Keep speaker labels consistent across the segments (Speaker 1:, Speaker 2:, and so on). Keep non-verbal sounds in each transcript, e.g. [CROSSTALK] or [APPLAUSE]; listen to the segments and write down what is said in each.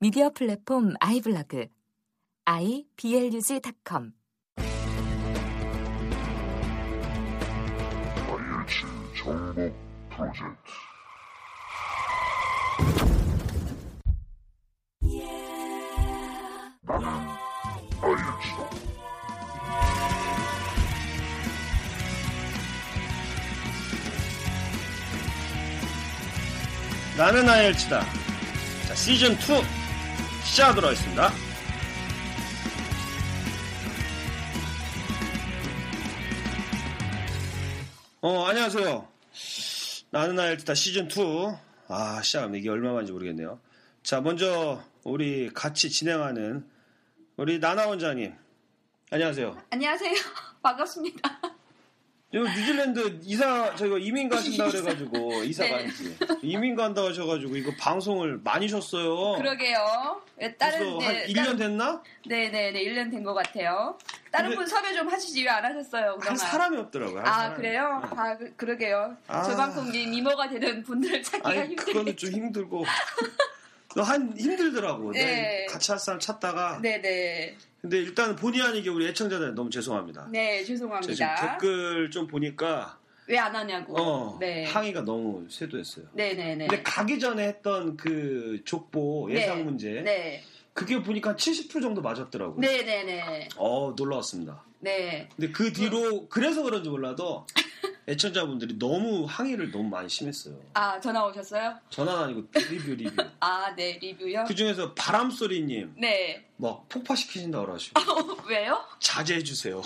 Speaker 1: 미디어 플랫폼 아이블로그 iblog.com
Speaker 2: IH 정복 프로젝트 나는 IH
Speaker 3: 나는 아이엘치다. 자, 시즌 2 시작하도록 하겠습니다. 어, 안녕하세요. 나는 아이엘치다 시즌 2. 아, 시작합니다. 이게 얼마 만인지 모르겠네요. 자, 먼저 우리 같이 진행하는 우리 나나 원장님. 안녕하세요.
Speaker 4: 안녕하세요. [LAUGHS] 반갑습니다.
Speaker 3: 지금 뉴질랜드 이사 저희가 이민 가신다 그래가지고 이사
Speaker 4: 네.
Speaker 3: 간지 이민 간다 하셔가지고 이거 방송을 많이 쉬었어요.
Speaker 4: 그러게요. 예, 다른
Speaker 3: 그래서 한
Speaker 4: 네,
Speaker 3: 1년 됐나?
Speaker 4: 네네네 1년 된 것 같아요. 다른
Speaker 3: 근데-
Speaker 4: 분 섭외 좀 하시지 왜 안 하셨어요?
Speaker 3: 한
Speaker 4: 그동안?
Speaker 3: 사람이 없더라고요. 한
Speaker 4: 아
Speaker 3: 사람이.
Speaker 4: 그래요?
Speaker 3: 네.
Speaker 4: 아 그, 그러게요.
Speaker 3: 아.
Speaker 4: 저만큼 이 미모가 되는 분들을 찾기가
Speaker 3: 네. 아니
Speaker 4: 힘들어요.
Speaker 3: 그거는 좀 힘들고 한 힘들더라고.
Speaker 4: 네.
Speaker 3: 네. 같이 할 사람 찾다가
Speaker 4: 네네
Speaker 3: 근데 일단 본의 아니게 우리 애청자들 너무 죄송합니다. 제가
Speaker 4: 네
Speaker 3: 지금
Speaker 4: 죄송합니다.
Speaker 3: 댓글 좀 보니까
Speaker 4: 왜 안 하냐고.
Speaker 3: 어,
Speaker 4: 네.
Speaker 3: 항의가 너무 쇄도했어요.
Speaker 4: 네네네.
Speaker 3: 근데 가기 전에 했던 그 족보 예상
Speaker 4: 네.
Speaker 3: 문제
Speaker 4: 네.
Speaker 3: 그게 보니까 70% 정도 맞았더라고요.
Speaker 4: 네네네.
Speaker 3: 어 놀라웠습니다.
Speaker 4: 네.
Speaker 3: 근데 그 뒤로 그래서 그런지 몰라도 애청자분들이 너무 항의를 너무 많이 심했어요.
Speaker 4: 아 전화 오셨어요?
Speaker 3: 전화는 아니고 리뷰 리뷰.
Speaker 4: 아 네 리뷰요.
Speaker 3: 그 중에서 바람소리님
Speaker 4: 네. [LAUGHS]
Speaker 3: 막 폭파시키신다고 하시고
Speaker 4: 왜요?
Speaker 3: 자제해 주세요.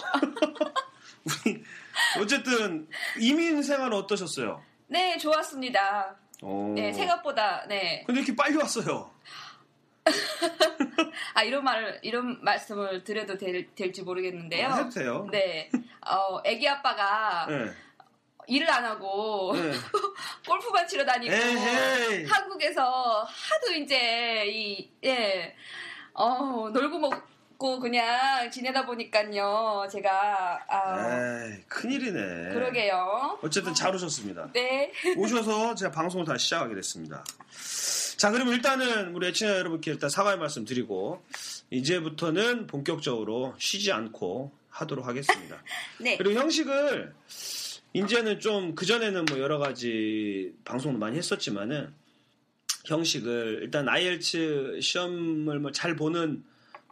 Speaker 3: [LAUGHS] 우리 어쨌든 이민 생활 은 어떠셨어요?
Speaker 4: 네 좋았습니다.
Speaker 3: 어.
Speaker 4: 네 생각보다 네.
Speaker 3: 근데 이렇게 빨리 왔어요.
Speaker 4: 아 이런 말을 이런 말씀을 드려도 될, 될지 모르겠는데요.
Speaker 3: 어, 해도 돼요.
Speaker 4: 네, 어 아기 아빠가
Speaker 3: 네.
Speaker 4: 일을 안 하고 [LAUGHS]
Speaker 3: 네.
Speaker 4: 골프만 치러 다니고
Speaker 3: 에헤이.
Speaker 4: 한국에서 하도 이제 이 예, 어 놀고 먹고 그냥 지내다 보니까요 제가 아
Speaker 3: 에이, 큰일이네.
Speaker 4: 그러게요.
Speaker 3: 어쨌든 잘 오셨습니다.
Speaker 4: 네,
Speaker 3: 오셔서 제가 방송을 다시 시작하게 됐습니다. 자, 그럼 일단은 우리 애청자 여러분께 일단 사과의 말씀 드리고 이제부터는 본격적으로 쉬지 않고 하도록 하겠습니다.
Speaker 4: 네,
Speaker 3: 그리고 형식을 이제는 좀 그전에는 뭐 여러 가지 방송도 많이 했었지만은 형식을 일단 IELTS 시험을 뭐 잘 보는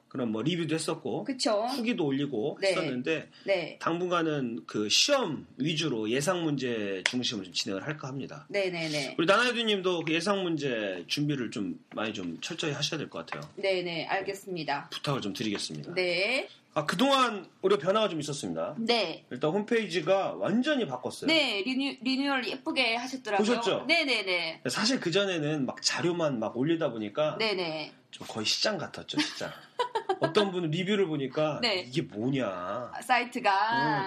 Speaker 3: 그런 뭐 리뷰도 했었고
Speaker 4: 그쵸.
Speaker 3: 후기도 올리고
Speaker 4: 네.
Speaker 3: 했었는데
Speaker 4: 네,
Speaker 3: 당분간은 그 시험 위주로 예상 문제 중심으로 좀 진행을 할까 합니다.
Speaker 4: 네, 네, 네,
Speaker 3: 우리 나나유두님도 그 예상 문제 준비를 좀 많이 좀 철저히 하셔야 될 것 같아요.
Speaker 4: 네, 네, 알겠습니다.
Speaker 3: 부탁을 좀 드리겠습니다.
Speaker 4: 네,
Speaker 3: 아 그동안 우리가 변화가 좀 있었습니다.
Speaker 4: 네.
Speaker 3: 일단 홈페이지가 완전히 바꿨어요.
Speaker 4: 네, 리뉴, 리뉴얼 예쁘게 하셨더라고요.
Speaker 3: 보셨죠?
Speaker 4: 네네네.
Speaker 3: 사실 그 전에는 막 자료만 막 올리다 보니까
Speaker 4: 네네.
Speaker 3: 좀 거의 시장 같았죠,
Speaker 4: [LAUGHS]
Speaker 3: 시장. 어떤 분 리뷰를 보니까
Speaker 4: 네.
Speaker 3: 이게 뭐냐,
Speaker 4: 아, 사이트가.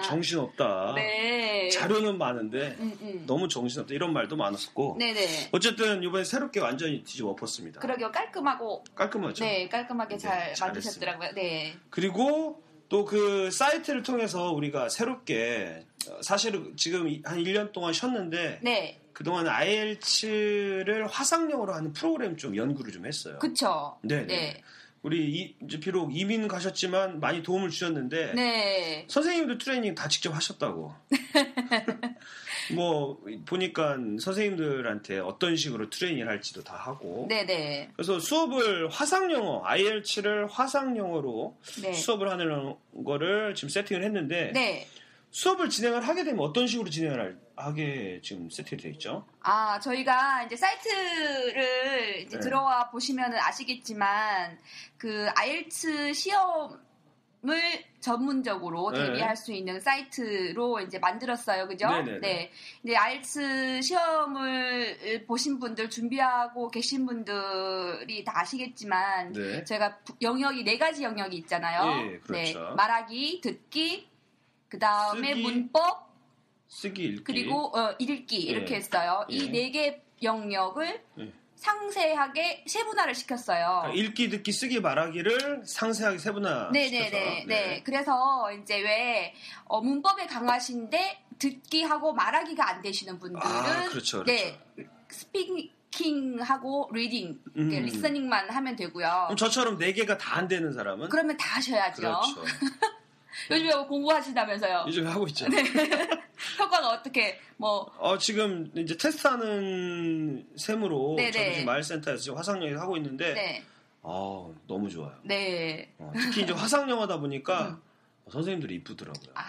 Speaker 3: 어, 정신없다.
Speaker 4: 네.
Speaker 3: 자료는 많은데
Speaker 4: 음, 음.
Speaker 3: 너무 정신없다 이런 말도 많았었고.
Speaker 4: 네네.
Speaker 3: 어쨌든 이번에 새롭게 완전히 뒤집어 엎었습니다.
Speaker 4: 그러게요. 깔끔하고.
Speaker 3: 깔끔하죠.
Speaker 4: 네, 깔끔하게
Speaker 3: 네,
Speaker 4: 잘
Speaker 3: 잘했습니다.
Speaker 4: 만드셨더라고요. 네.
Speaker 3: 그리고 또 그 사이트를 통해서 우리가 새롭게 어, 사실은 지금 이- 한 1년 동안 쉬었는데
Speaker 4: 네.
Speaker 3: 그동안 IELTS를 화상영어로 하는 프로그램 좀 연구를 좀 했어요.
Speaker 4: 그쵸.
Speaker 3: 네,
Speaker 4: 네.
Speaker 3: 네. 우리 이, 이제 비록 이민 가셨지만 많이 도움을 주셨는데
Speaker 4: 네.
Speaker 3: 선생님도 트레이닝 다 직접
Speaker 4: [LAUGHS]
Speaker 3: 하셨다고. 뭐 보니까 선생님들한테 어떤 식으로 트레이닝을 할지도 다 하고.
Speaker 4: 네네.
Speaker 3: 그래서 수업을 화상영어 IELTS를 화상영어로
Speaker 4: 네.
Speaker 3: 수업을 하는 거를 지금 세팅을 했는데
Speaker 4: 네.
Speaker 3: 수업을 진행을 하게 되면 어떤 식으로 진행을 할- 하게 지금 세팅이 되어 있죠?
Speaker 4: 아, 저희가 이제 사이트를 이제
Speaker 3: 네.
Speaker 4: 들어와 보시면 아시겠지만, 그, 아일츠 시험, 을 전문적으로
Speaker 3: 네.
Speaker 4: 대비할 수 있는 사이트로 이제 만들었어요. 그죠?
Speaker 3: 네네네.
Speaker 4: 네. 이제 아이츠 시험을 보신 분들, 준비하고 계신 분들이 다 아시겠지만,
Speaker 3: 네.
Speaker 4: 제가 부- 영역이 네 가지 영역이 있잖아요.
Speaker 3: 예, 그렇죠.
Speaker 4: 네, 말하기, 듣기, 그 다음에
Speaker 3: 쓰기,
Speaker 4: 문법,
Speaker 3: 쓰기 읽기.
Speaker 4: 그리고 어, 읽기
Speaker 3: 예.
Speaker 4: 이렇게 했어요.
Speaker 3: 예.
Speaker 4: 이 네 개 영역을
Speaker 3: 예.
Speaker 4: 상세하게 세분화를 시켰어요.
Speaker 3: 그러니까 읽기, 듣기, 쓰기, 말하기를 상세하게 세분화.
Speaker 4: 네네네. 네. 그래서 이제 왜 어, 문법에 강하신데 듣기하고 말하기가 안 되시는 분들은
Speaker 3: 아, 그렇죠, 그렇죠.
Speaker 4: 네 스피킹하고 리딩,
Speaker 3: 음.
Speaker 4: 이렇게 리스닝만 하면 되고요.
Speaker 3: 그럼 저처럼 네 개가 다 안 되는 사람은
Speaker 4: 그러면 다 하셔야죠. [LAUGHS]
Speaker 3: 그렇죠. 예.
Speaker 4: 요즘에 뭐 공부하신다면서요.
Speaker 3: 요즘 하고 있죠.
Speaker 4: 네. 효과가 어떻게 뭐
Speaker 3: 어, 지금 이제 테스트하는 셈으로
Speaker 4: 네네.
Speaker 3: 저도 지금 마을센터에서 지금 화상영역 하고 있는데
Speaker 4: 네.
Speaker 3: 어, 너무 좋아요.
Speaker 4: 네.
Speaker 3: 어,
Speaker 4: [LAUGHS]
Speaker 3: 특히 이제 화상영화다 보니까
Speaker 4: 음.
Speaker 3: 선생님들이 이쁘더라고요.
Speaker 4: 아,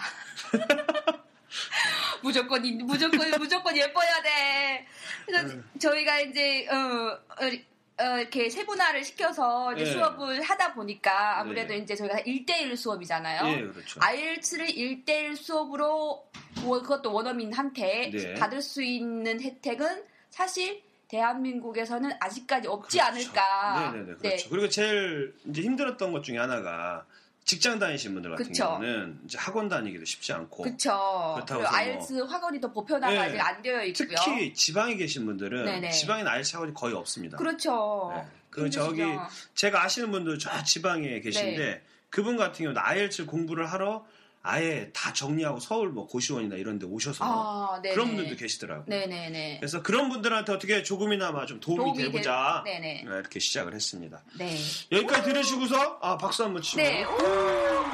Speaker 4: 무조건 이-
Speaker 3: [LAUGHS]
Speaker 4: 무조건 무조건 예뻐야 돼. 그래서
Speaker 3: 네.
Speaker 4: 저희가 이제 어, 어, 어, 이렇게 세분화를 시켜서 이제
Speaker 3: 네.
Speaker 4: 수업을 하다 보니까 아무래도
Speaker 3: 네.
Speaker 4: 이제 저희가 1대1 수업이잖아요.
Speaker 3: 예, 그렇죠.
Speaker 4: 아이엘츠를 1대1 수업으로 원- 그것도 원어민한테
Speaker 3: 네.
Speaker 4: 받을 수 있는 혜택은 사실 대한민국에서는 아직까지 없지 않을까.
Speaker 3: 그렇죠. 네네네 그렇죠. 그리고 제일 이제 힘들었던 것 중에 하나가 직장 다니신 분들 같은
Speaker 4: 그쵸.
Speaker 3: 경우는 이제 학원 다니기도 쉽지 않고
Speaker 4: 그렇죠.
Speaker 3: 그렇다고
Speaker 4: 그리고
Speaker 3: 해서 뭐-
Speaker 4: 아이엘츠 학원이 더 보편화가
Speaker 3: 네.
Speaker 4: 아직 안 되어 있고요.
Speaker 3: 특히 지방에 계신 분들은
Speaker 4: 네네.
Speaker 3: 지방에 아이스 학원이 거의 없습니다.
Speaker 4: 그렇죠.
Speaker 3: 네. 그 저기
Speaker 4: 힘드시죠? 네.
Speaker 3: 제가 아시는 분들 저 지방에 계신데 그분 같은 경우는 IELTS 공부를 하러 아예 다 정리하고 서울 뭐 고시원이나 이런 데 오셔서
Speaker 4: 아, 네네.
Speaker 3: 그런 분들도 계시더라고요.
Speaker 4: 네네네.
Speaker 3: 그래서 그런 분들한테 어떻게 조금이나마 좀 도움이,
Speaker 4: 도움이
Speaker 3: 되고자
Speaker 4: 되- 네네.
Speaker 3: 네, 이렇게 시작을 했습니다.
Speaker 4: 네.
Speaker 3: 여기까지 들으시고서 아 박수 한번 치고
Speaker 4: 네. 오,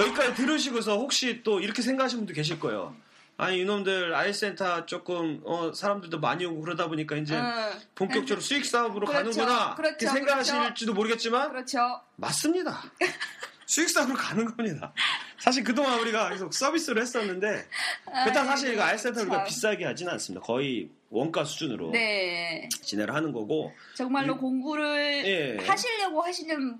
Speaker 3: 여기까지 들으시고서 혹시 또 이렇게 생각하시는 분도 계실 거예요. 아니 이놈들 아이센터 조금 어, 사람들도 많이 오고 그러다 보니까 이제
Speaker 4: 응.
Speaker 3: 본격적으로 수익 사업으로
Speaker 4: 아. 그렇죠.
Speaker 3: 가는구나
Speaker 4: 그렇죠.
Speaker 3: 이렇게 생각하실지도 모르겠지만
Speaker 4: 그렇죠. [LAUGHS]
Speaker 3: 맞습니다. 수익 사업으로 가는 겁니다. 사실 그동안 우리가 계속 서비스를 했었는데
Speaker 4: 아,
Speaker 3: 그렇다 사실 이거 아이센터 우리가
Speaker 4: 참.
Speaker 3: 비싸게 하진 않습니다. 거의 원가 수준으로
Speaker 4: 그렇죠. 네.
Speaker 3: 진행을 하는 거고
Speaker 4: 정말로
Speaker 3: 이-
Speaker 4: 공부를
Speaker 3: 예.
Speaker 4: 하시려고 하시는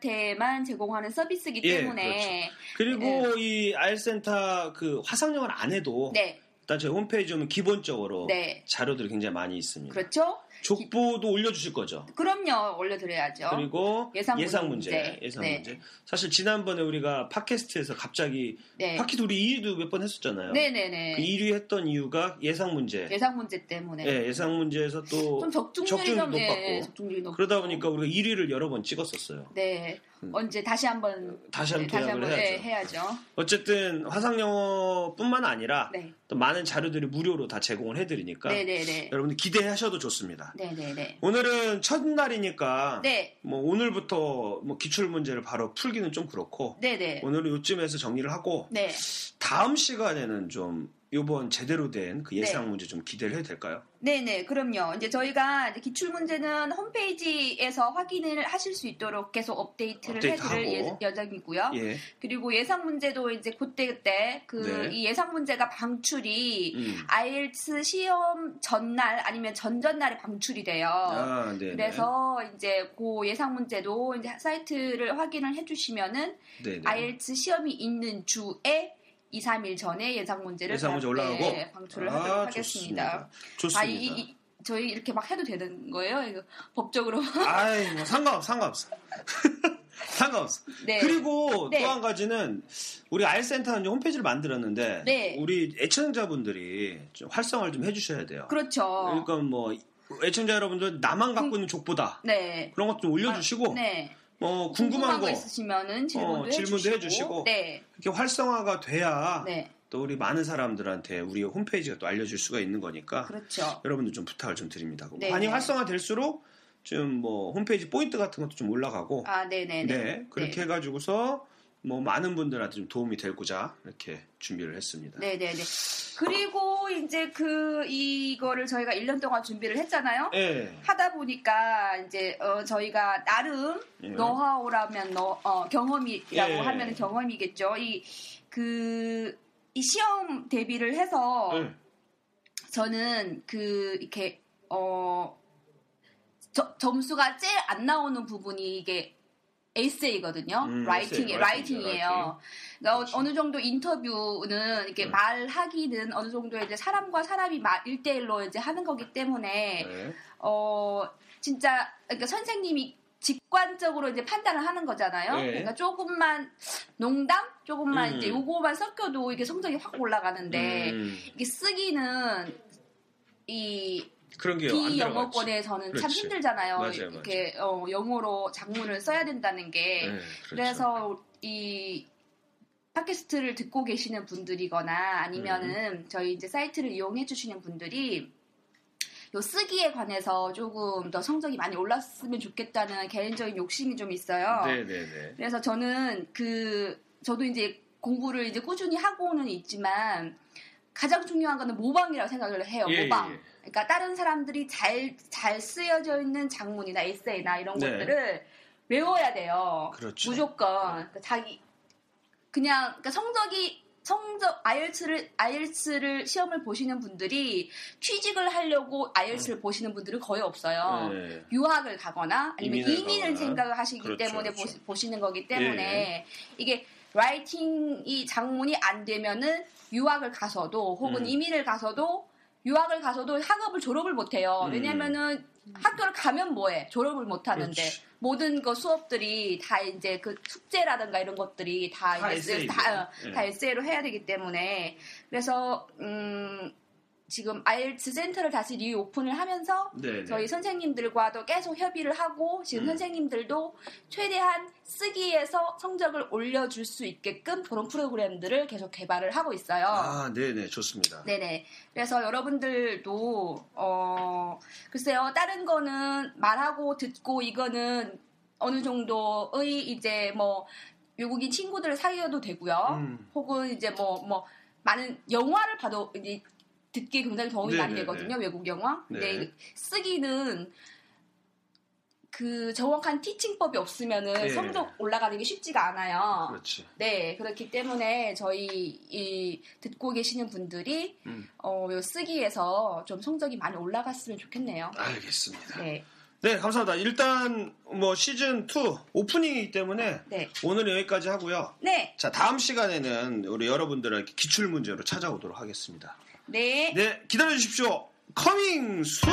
Speaker 4: 분들한테만 제공하는 서비스이기
Speaker 3: 예,
Speaker 4: 때문에.
Speaker 3: 그리고 이 아이센터 그 화상영을 안 해도
Speaker 4: 네.
Speaker 3: 일단 저희 홈페이지 오면 기본적으로
Speaker 4: 네.
Speaker 3: 자료들이 굉장히 많이 있습니다.
Speaker 4: 그렇죠?
Speaker 3: 족보도 올려주실 거죠.
Speaker 4: 그럼요. 올려드려야죠.
Speaker 3: 그리고
Speaker 4: 그렇죠. 예상
Speaker 3: 예상,
Speaker 4: 문제.
Speaker 3: 문제, 예상
Speaker 4: 네.
Speaker 3: 문제. 사실 지난번에 우리가 팟캐스트에서 갑자기
Speaker 4: 네.
Speaker 3: 팟캐스트 우리 2위도 몇 번 했었잖아요.
Speaker 4: 네네네.
Speaker 3: 그 1위 했던 이유가 예상 문제.
Speaker 4: 예상 문제 때문에.
Speaker 3: 예, 예상 문제에서 또
Speaker 4: 좀 적중률이
Speaker 3: 적중률이
Speaker 4: 좀 예,
Speaker 3: 높았고.
Speaker 4: 적중률이 높고.
Speaker 3: 그러다 보니까 우리가 1위를 여러 번 찍었었어요.
Speaker 4: 네.
Speaker 3: 음.
Speaker 4: 언제 다시 한번
Speaker 3: 다시 한번
Speaker 4: 다시
Speaker 3: 도약을
Speaker 4: 한번 예,
Speaker 3: 해야죠.
Speaker 4: 해야죠.
Speaker 3: 어쨌든 화상 영어뿐만 아니라
Speaker 4: 네.
Speaker 3: 또 많은 자료들이 무료로 다 제공을 해드리니까
Speaker 4: 네네네.
Speaker 3: 여러분들 기대하셔도 좋습니다.
Speaker 4: 네네네.
Speaker 3: 오늘은 첫날이니까
Speaker 4: 네.
Speaker 3: 뭐 오늘부터 뭐 기출 문제를 바로 풀기는 좀 그렇고
Speaker 4: 네네.
Speaker 3: 오늘은 요쯤에서 정리를 하고
Speaker 4: 네.
Speaker 3: 다음 시간에는 좀 요번 제대로 된 그 예상
Speaker 4: 네.
Speaker 3: 문제 좀 기대를 해도 될까요?
Speaker 4: 네네. 그럼요. 이제 저희가 이제 기출 문제는 홈페이지에서 확인을 하실 수 있도록 계속 업데이트를
Speaker 3: 업데이트하고.
Speaker 4: 해드릴 예, 여정이고요.
Speaker 3: 예.
Speaker 4: 그리고 예상 문제도 이제 그때 그때 그
Speaker 3: 네.
Speaker 4: 이 예상 문제가 방출이
Speaker 3: 음.
Speaker 4: IELTS 시험 전날 아니면 전전날에 방출이 돼요.
Speaker 3: 아, 네.
Speaker 4: 어, 그래서 이제 그 예상 문제도 이제 사이트를 확인을 해주시면은
Speaker 3: 네, 네.
Speaker 4: IELTS 시험이 있는 주에 2, 3일 전에 예상 문제를
Speaker 3: 예상 문제
Speaker 4: 방-
Speaker 3: 올라가고
Speaker 4: 네, 방출을 하도록
Speaker 3: 아,
Speaker 4: 하겠습니다.
Speaker 3: 좋습니다.
Speaker 4: 아,
Speaker 3: 좋습니다.
Speaker 4: 이, 이- 저희 이렇게 막 해도 되는 거예요? 이거 법적으로. [LAUGHS]
Speaker 3: 아이, 뭐 상관없어, 상관없어. [LAUGHS] 상관없어.
Speaker 4: 네.
Speaker 3: 그리고
Speaker 4: 네.
Speaker 3: 또 한 가지는 우리 아이센터는 홈페이지를 만들었는데
Speaker 4: 네.
Speaker 3: 우리 애청자분들이 좀 활성화를 좀 해주셔야 돼요.
Speaker 4: 그렇죠.
Speaker 3: 그러니까 뭐 애청자 여러분들 나만 갖고 있는 족보다
Speaker 4: 네.
Speaker 3: 그런 것 좀 올려주시고
Speaker 4: 아, 네.
Speaker 3: 뭐 궁금한, 거,
Speaker 4: 있으시면은 질문도,
Speaker 3: 어, 질문도
Speaker 4: 해주시고.
Speaker 3: 해주시고.
Speaker 4: 네.
Speaker 3: 이렇게 활성화가 돼야
Speaker 4: 네.
Speaker 3: 또 우리 많은 사람들한테 우리 홈페이지가 또 알려줄 수가 있는 거니까
Speaker 4: 그렇죠.
Speaker 3: 여러분들 좀 부탁을 좀 드립니다.
Speaker 4: 네.
Speaker 3: 많이 활성화될수록 좀 뭐 홈페이지 포인트 같은 것도 좀 올라가고
Speaker 4: 아, 네네네.
Speaker 3: 네, 그렇게
Speaker 4: 네.
Speaker 3: 해가지고서 뭐 많은 분들한테 좀 도움이 되고자 이렇게 준비를 했습니다.
Speaker 4: 네네네. 그리고 이제 그, 이거를 저희가 1년 동안 준비를 했잖아요.
Speaker 3: 예.
Speaker 4: 하다 보니까 이제 어, 저희가 나름
Speaker 3: 예.
Speaker 4: 노하우라면 너, 어, 경험이라고
Speaker 3: 예.
Speaker 4: 하면 경험이겠죠. 이, 그, 이 시험 대비를 해서
Speaker 3: 예.
Speaker 4: 저는 그, 이렇게, 어, 저- 점수가 제일 안 나오는 부분이 이게 에세이거든요.
Speaker 3: 음,
Speaker 4: 라이팅,
Speaker 3: 에세이,
Speaker 4: 에
Speaker 3: 라이팅이죠,
Speaker 4: 라이팅이에요. 예. 그러니까 어, 느 정도 인터뷰는 이렇게 말하기는 어느 정도 이제 사람과 사람이 마- 일대일로 이제 하는 거기 때문에
Speaker 3: 네.
Speaker 4: 어 진짜 그러니까 선생님이 직관적으로 이제 판단을 하는 거잖아요.
Speaker 3: 네.
Speaker 4: 그러니까 조금만 농담, 조금만
Speaker 3: 음.
Speaker 4: 이제 요거만 섞여도 이게 성적이 확 올라가는데
Speaker 3: 음,
Speaker 4: 이게 쓰기는 이
Speaker 3: 그런 게 안 들어가지.
Speaker 4: 비영어권에서는 참
Speaker 3: 그렇지.
Speaker 4: 힘들잖아요.
Speaker 3: 맞아요,
Speaker 4: 이렇게 어, 영어로 작문을 써야 된다는 게.
Speaker 3: 네,
Speaker 4: 그
Speaker 3: 그렇죠.
Speaker 4: 래서이 팟캐스트를 듣고 계시는 분들이거나 아니면은
Speaker 3: 음.
Speaker 4: 저희 이제 사이트를 이용해 주시는 분들이 요 쓰기에 관해서 조금 더 성적이 많이 올랐으면 좋겠다는 개인적인 욕심이 좀 있어요.
Speaker 3: 네네네.
Speaker 4: 그래서 저는 그 저도 이제 공부를 이제 꾸준히 하고는 있지만 가장 중요한 거는 모방이라고 생각을 해요.
Speaker 3: 예,
Speaker 4: 네, 모방.
Speaker 3: 예, 예.
Speaker 4: 그러니까 다른 사람들이 잘, 잘 쓰여져 있는 장문이나 에세이나 이런
Speaker 3: 네.
Speaker 4: 것들을 외워야 돼요.
Speaker 3: 그렇죠.
Speaker 4: 무조건. 그러니까 자기, 그냥, 그러니까 성적이, 성적, 아이엘츠를, 아이엘츠를 시험을 보시는 분들이 취직을 하려고 아이엘츠를 보시는 분들은 거의 없어요.
Speaker 3: 음. 네.
Speaker 4: 유학을 가거나 아니면
Speaker 3: 이민을
Speaker 4: 이민을,
Speaker 3: 가거나.
Speaker 4: 생각을 하시기
Speaker 3: 그렇죠,
Speaker 4: 때문에
Speaker 3: 그렇죠. 예,
Speaker 4: 보시, 는 거기 때문에 이게 라이팅이 장문이 안 되면은 유학을 가서도 혹은
Speaker 3: 음.
Speaker 4: 이민을 가서도 유학을 가서도 학업을 졸업을 못 해요.
Speaker 3: 음.
Speaker 4: 왜냐면은 학교를 가면 뭐해? 졸업을 못 하는데
Speaker 3: 그렇지.
Speaker 4: 모든 그 수업들이 다 이제 그 숙제라든가 이런 것들이 다,
Speaker 3: 다
Speaker 4: 이제
Speaker 3: 에세이죠.
Speaker 4: 다, 어,
Speaker 3: 예.
Speaker 4: 다 에세이로 해야 되기 때문에 그래서 음 지금 아이엘츠 센터를 다시 리오픈을 하면서
Speaker 3: 네네.
Speaker 4: 저희 선생님들과도 계속 협의를 하고 지금
Speaker 3: 음.
Speaker 4: 선생님들도 최대한 쓰기에서 성적을 올려줄 수 있게끔 그런 프로그램들을 계속 개발을 하고 있어요.
Speaker 3: 아, 네네, 좋습니다.
Speaker 4: 네네. 그래서 여러분들도 어 글쎄요 다른 거는 말하고 듣고 이거는 어느 정도의 이제 뭐 외국인 친구들을 사귀어도 되고요.
Speaker 3: 음.
Speaker 4: 혹은 이제 뭐 뭐 많은 영화를 봐도 이제 듣기 굉장히 도움이 많이
Speaker 3: 네네네.
Speaker 4: 되거든요. 외국 영화. 근데
Speaker 3: 네.
Speaker 4: 쓰기는 그 정확한 티칭법이 없으면은
Speaker 3: 네. 그렇죠.
Speaker 4: 성적 올라가는 게 쉽지가 않아요.
Speaker 3: 그렇지.
Speaker 4: 네, 그렇기 때문에 저희 이 듣고 계시는 분들이
Speaker 3: 음.
Speaker 4: 어, 요 쓰기에서 좀 성적이 많이 올라갔으면 좋겠네요.
Speaker 3: 알겠습니다.
Speaker 4: 네,
Speaker 3: 네, 감사합니다. 일단 뭐 시즌 2 오프닝이기 때문에
Speaker 4: 네,
Speaker 3: 오늘 여기까지 하고요.
Speaker 4: 네,
Speaker 3: 자, 다음 시간에는 우리 여러분들에게 기출 문제로 찾아오도록 하겠습니다.
Speaker 4: 네.
Speaker 3: 네, 기다려 주십시오. 커밍 순.